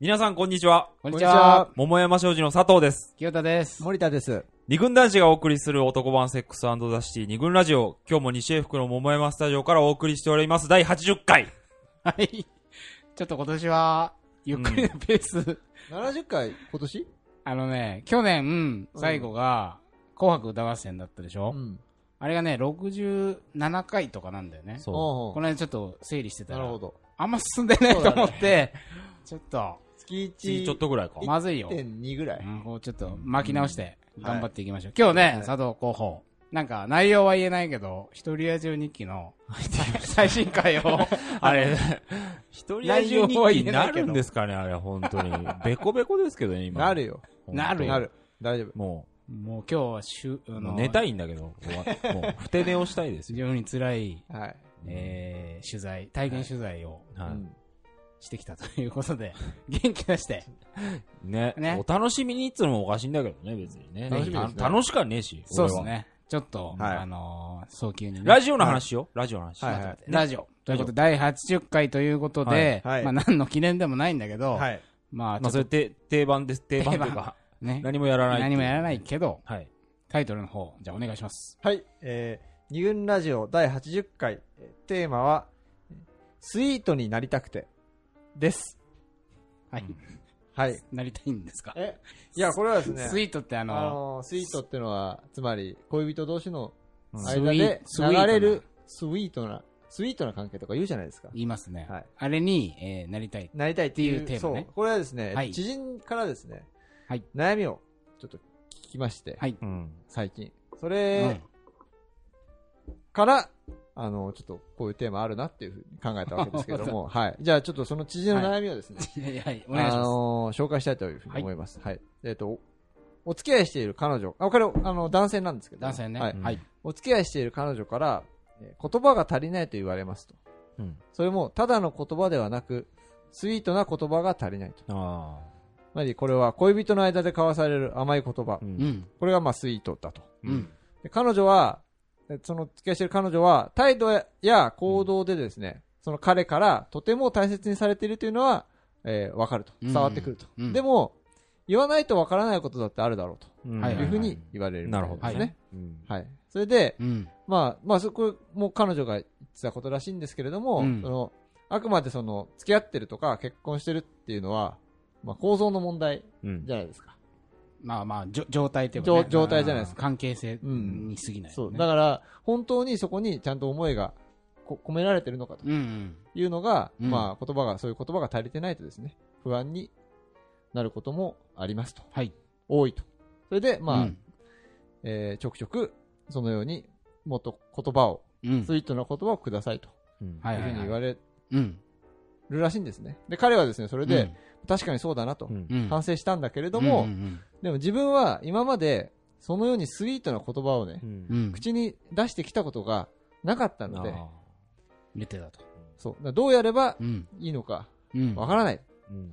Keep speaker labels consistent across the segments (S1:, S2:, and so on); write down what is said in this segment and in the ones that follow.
S1: 皆さんこんにちは。
S2: こん
S3: に
S2: に
S3: ち
S2: ち
S3: は
S2: は。
S1: 桃山商事の佐藤です。
S2: 清田です。
S3: 森田です。
S1: 二軍男子がお送りする男版セックスザシティ二軍ラジオ。今日も西英福の桃山スタジオからお送りしております。第80回。
S2: はい。ちょっと今年は、ゆっくりのペース。
S3: 70回、今年
S2: あのね、去年、最後が、紅白歌合戦だったでしょ、
S3: ん。
S2: あれがね、67回とかなんだよね。
S1: そ
S2: この間ちょっと整理して
S3: うん
S2: た
S3: な
S2: ら
S3: る、ほど。
S2: あんま進んでないと思って、ちょっと、
S3: 月
S1: う。次
S3: 1
S1: ちょっとぐらいか。
S2: まずいよ。
S3: 1.2ぐら
S2: う
S3: い。
S2: ん、こうちょっと巻き直して
S3: ん
S2: 頑張っていきましょう。今日ね
S3: は、い
S2: 佐藤候補、なんか内容は言えないけど、一人ラジオ日記の最新 回を、
S1: あれ、一人ラジオ日記になるんですかね、あれ、本当に。ベコベコですけどね、今。
S3: なるよ。
S1: 本当
S2: なるよ
S3: なる。大丈夫。
S1: も
S2: もう今日は週、あ
S1: う、
S2: の、
S1: 寝たいんだけど、終わっもう、ふて寝をしたいです
S2: 非
S1: よ。
S2: 常に辛い、
S3: はい。
S2: えー、取材、体験取材を
S1: は
S3: うん
S2: してきたということで、元気出して、
S1: い。ね
S2: ね。
S1: お楽しみにっつうのもおかしいんだけどね、別にね。
S3: 楽しみですね
S1: た楽しかねえし。
S2: そう
S1: 俺
S2: です
S1: は。
S2: ね。ちょっと、
S3: はい
S2: あのー早急にね、
S1: ラジオの話よ。ラジオの話。
S3: はい
S1: 待って待って
S2: ラジオ。ということで、第80回ということで、
S3: はいはい
S2: まあ何の記念でもないんだけど、
S3: はい。
S2: まあち
S1: ま
S2: ょ
S1: あ、
S2: っ
S1: そ
S2: と
S1: れって定番です。定番という
S2: 定
S1: か、
S2: ね、
S1: 何もやらない。。
S2: 何もやらないいけど、
S1: はい。
S2: タイトルの方、じゃあお願いします。
S3: はい。えー、二軍ラジオ第80回、えーテーマは、スイートになりたくて、です。
S2: はい。
S3: はい。
S2: なりたいんですか
S3: え、いや、これはですね
S2: ス、イートってあ
S3: あ
S2: の、
S3: のー、スイートってのは、つまり、恋人同士の
S1: うん
S3: 間で
S2: スイ
S3: 流
S2: ートな
S3: れるスイートな、スイートな関係とか言うじゃないですか。
S2: 言いますね
S3: はい。
S2: あれに、えーなりたい。
S3: なりたいっていう
S2: っていうテーマね
S3: そうこれはですね、
S2: はい
S3: 知人からですね、
S2: はい
S3: 悩みをちょっと聞きまして、
S2: はい
S1: うん。
S3: 最近そうれ
S2: ん
S3: から、あのちょっとこういうテーマあるなっていうふうに考えたわけですけれ どもはいじゃあちょっとその知人の悩みをですね、
S2: いやいやはい、お願いし
S3: あ
S2: ま
S3: の紹介したいというふうに思います、はいえっ、とおお付き合いしている彼女あこれあの男性なんですけど、
S2: 男性ね
S3: はい
S1: うん
S2: はい。
S3: お付き合いしている彼女からえー言葉が足りないと言われますと
S1: うん。
S3: それもただの言葉ではなくスイートな言葉が足りないと
S1: あ
S3: つまりこれは恋人の間で交わされる甘い言葉、
S1: あ。う。
S2: す。うんん。
S3: これがまあスイートだと
S2: うん。
S3: で彼女はえその付き合いしてる彼女は態度や行動でですね、その彼からとても大切にされているというのは、えー、分かると
S2: うん
S3: 伝わってくると、
S2: うん
S3: でも言わないと分からないことだってあるだろう
S1: うん。
S2: は
S3: と
S2: い
S3: いうふうに
S1: ん
S3: 言われるみた
S1: ないるほど
S3: ですね、
S1: うん
S3: はいそれで、
S2: うん。
S3: まあまあそこもう彼女が言ってたことらしいんですけれども、
S2: うん
S3: そのあくまでその付き合ってるとか結婚してるっていうのは、まあ、構造の問題
S1: うん
S3: じ。ゃないですか
S2: まあまあ、じょ状態ってことね
S3: 状状態じゃないですか
S2: 関係性
S3: うん
S2: に過ぎない。
S3: そう。
S2: ね
S3: だから、本当にそこにちゃんと思いがこ込められてるのかと
S2: うんうん。
S3: いうのが、
S2: うん
S3: まあ、言葉が、そういう言葉が足りてないとですね、不安になることもありますと。
S2: はい。
S3: 多いと。それで、まあ、
S2: うん
S3: えーちょくちょく、そのように、もっと言葉を、
S2: うん。
S3: スイートな言葉をくださいと
S1: うん
S2: はい
S3: いうふうに言われ
S2: うん。
S3: るらしいんですね。で、彼はですね、それで、確かにそうだなと
S1: う、ん
S2: うん、うん。
S3: 反省したんだけれど
S2: う
S3: も
S2: んう、ん
S3: でも自分は今まで、そのようにスイートな言葉をね
S1: う、。
S2: うんん。
S3: 口に出してきたことがなかったので、
S1: あ
S2: 出てたと。
S3: そう。だからどうやれば
S2: うん。
S3: いいのか、
S2: うん。
S3: わからない。
S1: ーうん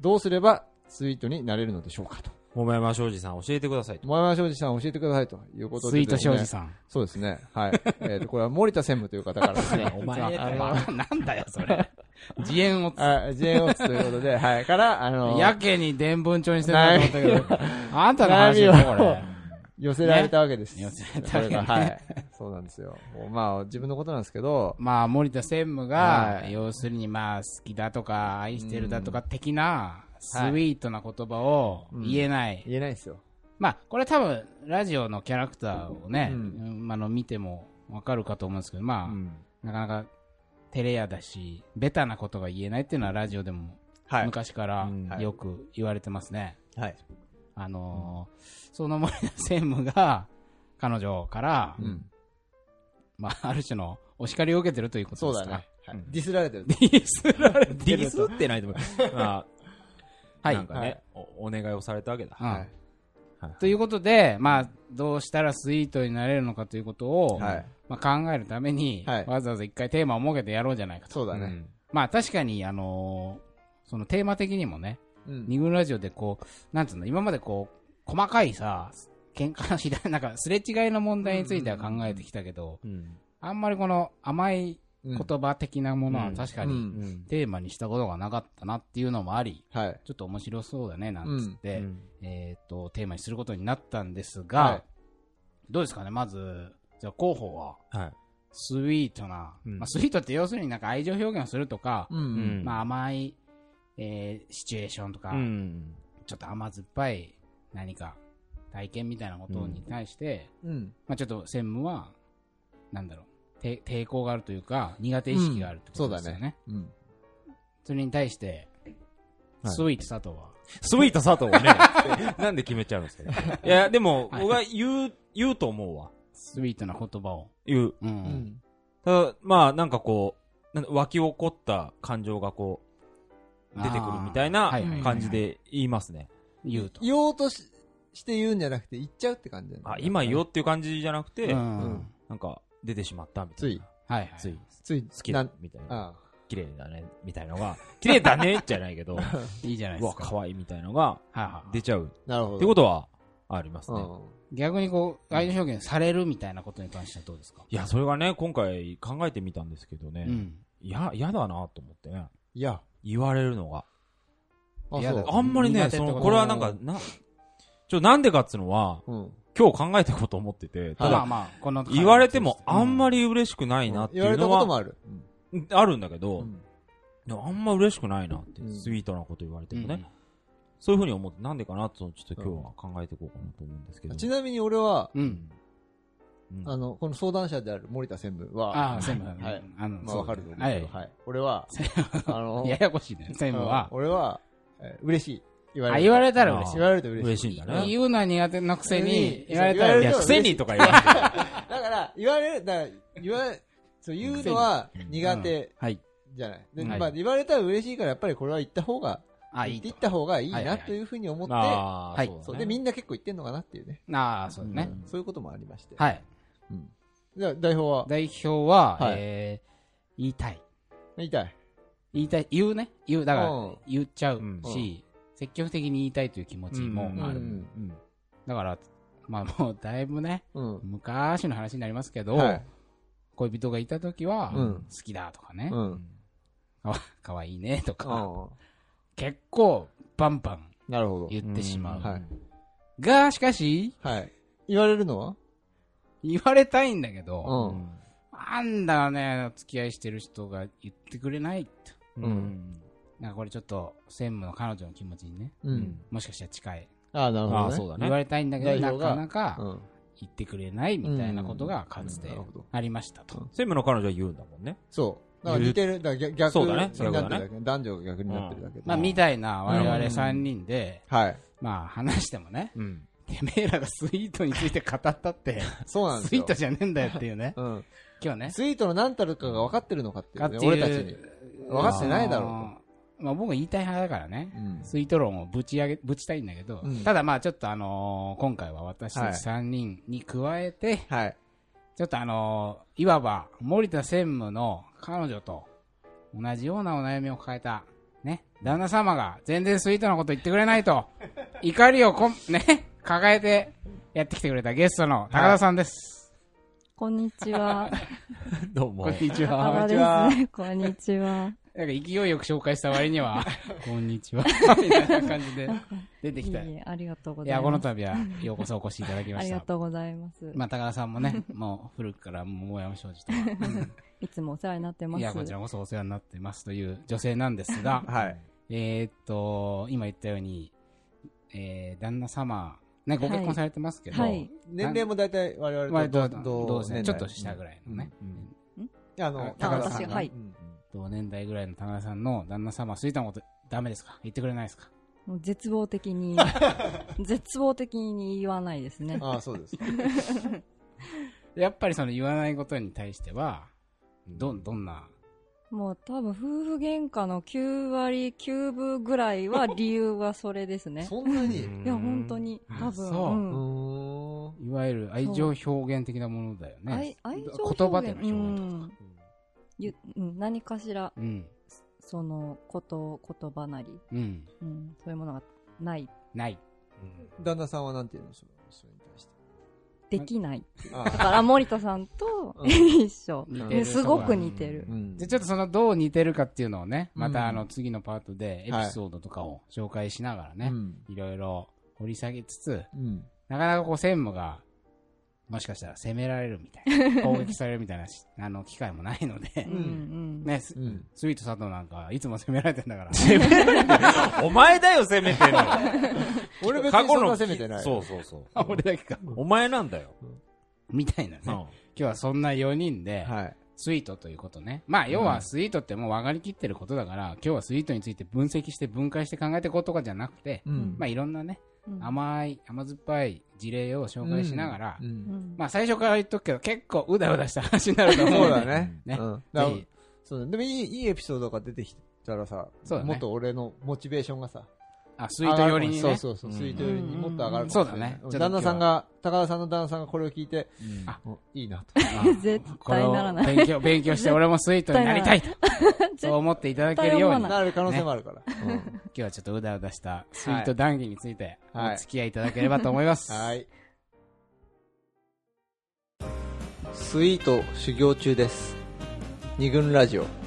S3: どうすればスイートになれるのでしょうかと。
S1: 桃山商事さん教えてくださいと。。
S3: 前山庄司さん教えてくださいということ
S2: ス
S3: で
S2: イー
S3: で
S2: ト
S3: すね、
S2: 庄司さん。
S3: そうですね。はい。えっと、これは森田専務という方からですね
S1: お前
S2: あ
S1: あ
S2: の
S1: の
S2: なんだよ、それ。自演をつ、
S3: あ、ジェーンオーツということで、はい。から、あの、
S2: やけに伝聞帳にしてるなと思ったけど、あんたの話
S3: 悩
S2: だ
S3: み
S2: よ、こ
S3: を
S2: れ。
S3: 寄せられたわけです。
S2: ね寄せられたわけね
S3: こがはい。そうなんですよ。もうまあ、自分のことなんですけど、
S2: まあ、森田専務
S3: は
S2: が、
S3: い
S2: 要するに、まあ、好きだとか、愛してるだとか、的な、スイ
S3: はい
S2: ートな言葉を言えない。
S3: 言えないですよ。
S2: まあ、これ多分、ラジオのキャラクターをね、
S3: う
S2: うんあの、見てもわかるかと思うんですけど、
S1: う
S2: まあ、
S1: ん
S2: なかなか、照れ屋だし、ベタなことが言えないっていうのは、ラジオでも、
S3: はい。
S2: 昔か
S1: うん
S2: ら
S3: はい
S2: よく言われてますね。
S3: はい。
S2: あのーその森田専務が、彼女から、
S3: うん。
S2: まあ、ある種のお叱りを受けてるということ
S3: そう
S2: です
S3: だ
S2: か。
S3: ね。は
S1: う
S3: い
S1: ん
S3: ディスられてる。
S2: ディスられ
S1: デ
S2: て
S1: ィ
S2: る
S1: ス
S2: と。
S1: って ないと思う。まあ、
S2: はい
S1: なんかね、おお願いをされたわけだ。
S2: うん
S3: はい。
S1: はい
S2: ということで、まあ、どうしたらスイートになれるのかということを、
S3: はい
S2: まあ、考えるために、
S3: はい
S2: わざわざ一回テーマを設けてやろうじゃないかと。
S3: そうだね。。
S2: まあ、確かに、あのーそのテーマ的にもね、
S3: うん。
S2: 二軍ラジオでこう、なんつうの、今までこう、細かいさ、喧嘩の しだ、なんかすれ違いの問題については考えてきたけど、
S1: うん
S2: あんまりこの甘い
S3: うん
S2: 言葉的なものは確か
S3: う
S2: に
S3: ん
S2: テーマにしたことがなかったなっていうのもあり、
S3: はい。
S2: ちょっと面白そうだね、なんつって、
S1: うん
S2: えっ、と、テーマにすることになったんですが、
S3: はい
S2: どうですかね、まず、じゃあ候補は、
S1: はい。
S2: スイートな、
S1: うん
S2: まあ、スイートって要するになんか愛情表現をするとか、
S3: うん
S1: うん
S2: まあ、甘い、えーシチュエーションとか、
S1: うん。
S2: ちょっと甘酸っぱい何か体験みたいなことに対して、
S3: うん。
S2: まあ、ちょっと専務は、なんだろう、て抵抗があるというか、苦手意識があるってこと
S3: そう
S2: で
S3: だ
S2: すよね。
S3: ね。うん。
S2: それに対して、
S1: はい
S2: スイート佐藤は、
S1: スイート佐藤はね、 なんで決めちゃうんですかねいや、でも、
S2: はい
S1: 僕は言う、言うと思うわ。
S2: スイートな言葉を、
S1: 言う。
S2: うんう
S3: う
S2: ん
S3: ん。
S1: ただ、まあ、なんかこう、なん湧き起こった感情がこう、出てくるみたい
S2: あ
S1: な
S2: ーはいはいはいはい
S1: 感じで言いますね。
S2: 言うと。
S3: 言おうとしして言うんじゃなくて、言っちゃうって感じだね
S1: あ、今よっていう感じじゃなくて、
S2: う
S1: なんか、出てしまったみた
S3: つ
S1: い
S3: い
S1: な。、
S2: はいはい。
S1: つい、
S3: つい、
S1: 好き
S3: な
S1: だ
S3: ん、
S1: みたいな。
S3: あ
S1: 綺麗だね、みたいなのが、 綺麗だね、じゃないけ ど、う
S2: いいじゃないで
S1: わ、
S2: すか。
S1: 可愛いみたいなのが
S2: はいはい
S1: 出ちゃう。
S3: あなるほど。
S1: ってことは、ありますね。
S2: 逆にこう、愛情表現されるみたいなことに関してはどうですか
S1: いや、それがね、今回考えてみたんですけどね、
S2: うん。
S1: いや、嫌だなと思ってね。
S3: うん。いや。
S1: 言われるのが。
S3: あ、
S2: いや
S3: そう
S2: だ。
S1: あんまりね、
S2: 苦手って
S1: そ
S2: こと
S1: の、これはなんか、な、ちょ、なんでかっつうのは、
S3: うん。
S1: 今日考えたこと思ってて、た
S3: はい
S1: だ、
S2: まあまあ、この
S1: 言われてもあんま
S2: り、
S1: り嬉しくないなって
S3: 言わ
S1: いう
S3: れた
S1: の
S3: こ
S1: は
S3: と、もある。
S1: うんあるんだけ
S3: う
S1: ど、
S3: ん
S1: でもあんま嬉しくないなって、
S3: うん
S1: スイートなこと言われて
S2: うん
S1: もね、そういうふうに思って、なんでかなって、ちょっと今日は考えていこうかなと思うんですけど。
S3: ちなみに俺は、
S2: うん。
S1: うん
S3: あの、この相談者である森田専務
S2: あ
S3: は
S2: あ、、専務
S3: はい
S2: うんあの、
S3: まあ
S2: そう
S3: わかると思う
S2: は
S3: け
S2: い
S3: ど、。はい。俺は、あの、
S2: ややこしいね。専務は
S3: うん。俺は、えー嬉しい。言
S2: あ、言われたら
S1: あ
S2: 嬉
S1: ー
S2: し
S3: 言われると嬉
S1: 嬉
S3: しい。
S1: しいんだね。
S2: い。
S1: い
S2: 言うのは苦手なくせに、
S3: うん
S2: 言われたら
S3: そ
S1: や、
S3: う言
S2: 嬉
S3: わ
S2: し
S1: く
S2: い。
S1: せにとか言われても
S3: だから、言われる、だから、言わそう、言うのは苦手
S2: はい。
S3: じゃない。で、
S2: うんはい
S3: まあ、言われたら嬉しいから、やっぱりこれは言った方が、
S2: あ、いい
S3: 言ってい
S2: と
S3: っ。た方がいい
S2: はいはい
S3: な
S2: はい
S3: というふうに思って、
S1: あ
S2: はい
S1: ー
S3: そ
S1: そう
S3: う
S1: だ
S3: で、
S1: ね
S3: みんな結構言ってんのかなっていうね。
S2: ああ、そうだね。
S3: うんそういうこともありまして。
S2: はい。
S3: うんじゃあ、代表は、
S2: 代表は、
S3: はい
S2: えー言いたい。
S3: 言いたい。
S2: 言いたい、言うね。言う。だか
S3: うん
S2: ら、言っちゃう
S1: うん
S2: し、積極的に言いたいという気持ちも
S1: うん
S2: あ
S3: う
S2: る。
S3: ん
S1: うん
S2: だから、まあもうだいぶね、
S3: うん。
S2: 昔の話になりますけど、
S3: はい
S2: 恋人がいた時は、
S3: うん
S2: 好きだとかね
S3: う、ん。
S2: 可愛いねと
S3: う
S2: か、
S3: ん
S2: 結構バンバン
S3: なるほど。
S2: 言ってしまう。
S3: んはい
S2: が、しかし、
S3: はい。言われるのは
S2: 言われたいんだけど、
S1: う
S3: うん。
S2: なんだね、付き合いしてる人が言ってくれないと。
S1: ん
S3: う
S2: なんかこれちょっと、専務の彼女の気持ちにね、
S3: うん。
S2: もしかしたら近い。
S3: ああ、なるほどね。
S1: ああ、そうだ
S2: 言
S1: ね。
S2: われたいんだけど、
S3: 代
S2: な
S3: 表
S2: か
S3: が
S2: なか、
S3: うん。
S2: 言ってくれないみたいなことがかつて
S3: うんなるほど
S2: ありましたと。
S3: うん
S1: 専務の彼女は言うんだもんね。
S3: そう。だから似てる。だから逆逆
S1: そうだね
S3: になってるだけ。男女が逆になってるだけで。
S2: まあ、みたいな我々3人で、
S3: はい。
S2: まあ話してもね、
S1: うん。
S2: てめえらがスイートについて語ったって、
S3: そうなんで
S2: ス
S3: す
S2: イ
S3: よ
S2: ー。トじゃねえんだよっていうね、
S3: うん。
S2: 今日ね。
S3: スイートの何たるかが分かってるのかってい
S2: か
S3: う
S2: って
S3: ね、
S2: いう
S3: 俺たちに。分かってないだろう
S2: あのまあ僕言いたい派だからね
S3: う、ん。
S2: スイート論をぶち上げ、 ぶちたいんだけど、
S3: うん
S2: ただまあちょっとあのー今回は私たち3人に加えて、
S3: はい。
S2: ちょっとあのーいわば森田専務の彼女と同じようなお悩みを抱えた、ね、旦那様が全然スイートなこと言ってくれない と、怒りをこん、 ね、抱えてやってきてくれたゲストの高田さんです。
S4: こんに ちは。
S1: どうも。
S2: こんにちは。
S4: 幅ですね。こんにちは。
S2: なんか勢いよく紹介した割に は、こんにちは、みたいな感じで出てきた。
S4: いえい
S2: い
S4: えありがとうございます。
S2: や、この度はようこそお越しいただきま
S4: あ
S2: し
S4: りが
S2: た。
S4: とうございます。
S2: まあ、高田さんもね、もう古くから桃山商 事と
S4: いつもお世話になってま
S2: い
S4: す。
S2: や、こちらこそお世話になってますという女性なんです が、
S3: はい。
S2: えーっと、今言ったように、えー、旦那様、ね、ご結
S4: は
S2: 婚
S4: い
S2: されてますけど、
S4: はい。
S3: 年齢も大体我々
S2: 割と
S3: と
S2: 同
S3: 同
S2: です
S3: 年代。
S2: ね、ちょっと下ぐらいのね、
S1: うん
S3: い。あの
S2: あ、
S3: 高田さん
S4: 私
S3: が。
S4: はい
S3: うん
S2: 同年代ぐらいの田中さんの旦那様、スイートのことダメですか言ってくれないですか
S4: もう絶望 的に、絶望的に言わないですね。
S3: ああ、そ うですか。
S2: やっぱりその言わないことに対しては、ど、どんな、
S4: もう多分夫婦喧嘩の9割9分ぐらいは理由はそれですね。
S3: そんなに
S4: いや、本当。に
S2: あ、
S4: 多
S2: そ
S4: 分
S2: う。
S4: う
S3: うんーん。
S2: いわゆる愛情表現的なものだよね
S4: 愛。愛情
S2: 言葉
S4: 表
S2: で
S4: 現
S2: の表現とか。
S4: うんゆうん何かしら、
S2: うん。
S4: その、こと、言葉なり、
S2: うん。
S4: うんそういうものがない
S2: ない。
S3: 旦那さんはなんて言うんでしょうそれに対して。
S4: できない。
S3: あ
S4: だから森田さんと
S3: うん
S4: 一緒。
S2: 似て
S3: え
S2: る
S4: すごく似てる。
S3: うん
S2: で、ちょっとそのどう似てるかっていうのをね、ま
S3: うん
S2: たあの次のパートでエピソードとかを紹介しながら
S3: う
S2: ね、
S3: ん
S2: いろいろ掘り下げつつ、
S3: うん
S2: なかなかこう専務が、もしかしたら攻められるみたい な、攻撃されるみたいなしあの機会もないので
S4: う、ん
S2: ね、ス
S3: うん
S2: スイート佐藤なんかいつも攻められてんだから、
S1: お前だよ、責めてんの。
S3: 俺別にそんな責めてない。
S1: そうそう そう。
S2: 俺だけか。
S1: お前なんだよ。
S2: みたいなね。
S1: うん
S2: 今日はそんな4人で、
S3: はい。
S2: スイートということね。まあ、要はスイートってもう分かりきってることだから、今日はスイートについて分析して分解して考えていこうとかじゃなくて、
S3: うん
S2: まあ、いろんなね、
S4: うん。
S2: 甘い、甘酸っぱい事例を紹介しながら、
S3: う
S4: うんん
S2: まあ、最初から言っとくけど、結構うだうだした話になると思
S3: そううん
S2: で
S3: だね。
S2: ね
S3: うんだから
S2: ぜひ
S3: そうだねでもいい、いいエピソードが出てきたらさ、
S2: そうだね
S3: もっと俺のモチベーションがさ、
S2: あ、スイート寄りにね。
S3: そうそうそう、
S1: うん
S3: スイート寄りにもっと上がるかもしれない
S2: うんそうだね
S3: 旦那さんが、高田さんの旦那さんがこれを聞いて、
S1: うん
S2: あ
S3: おいいなと。
S2: あ
S4: 絶
S2: これ
S4: 対
S2: を
S4: ならない。
S2: 勉強、勉強して、俺もスイートになりたいと。そう思っていただけるように、今
S4: 絶対思わい
S3: なる可能性もあるから。
S2: 日はちょっとうだうだしたスイート談義について、
S3: はい
S2: お付き合いいただければと思い ます。
S3: はい。スイート修行中です。二軍ラジオ。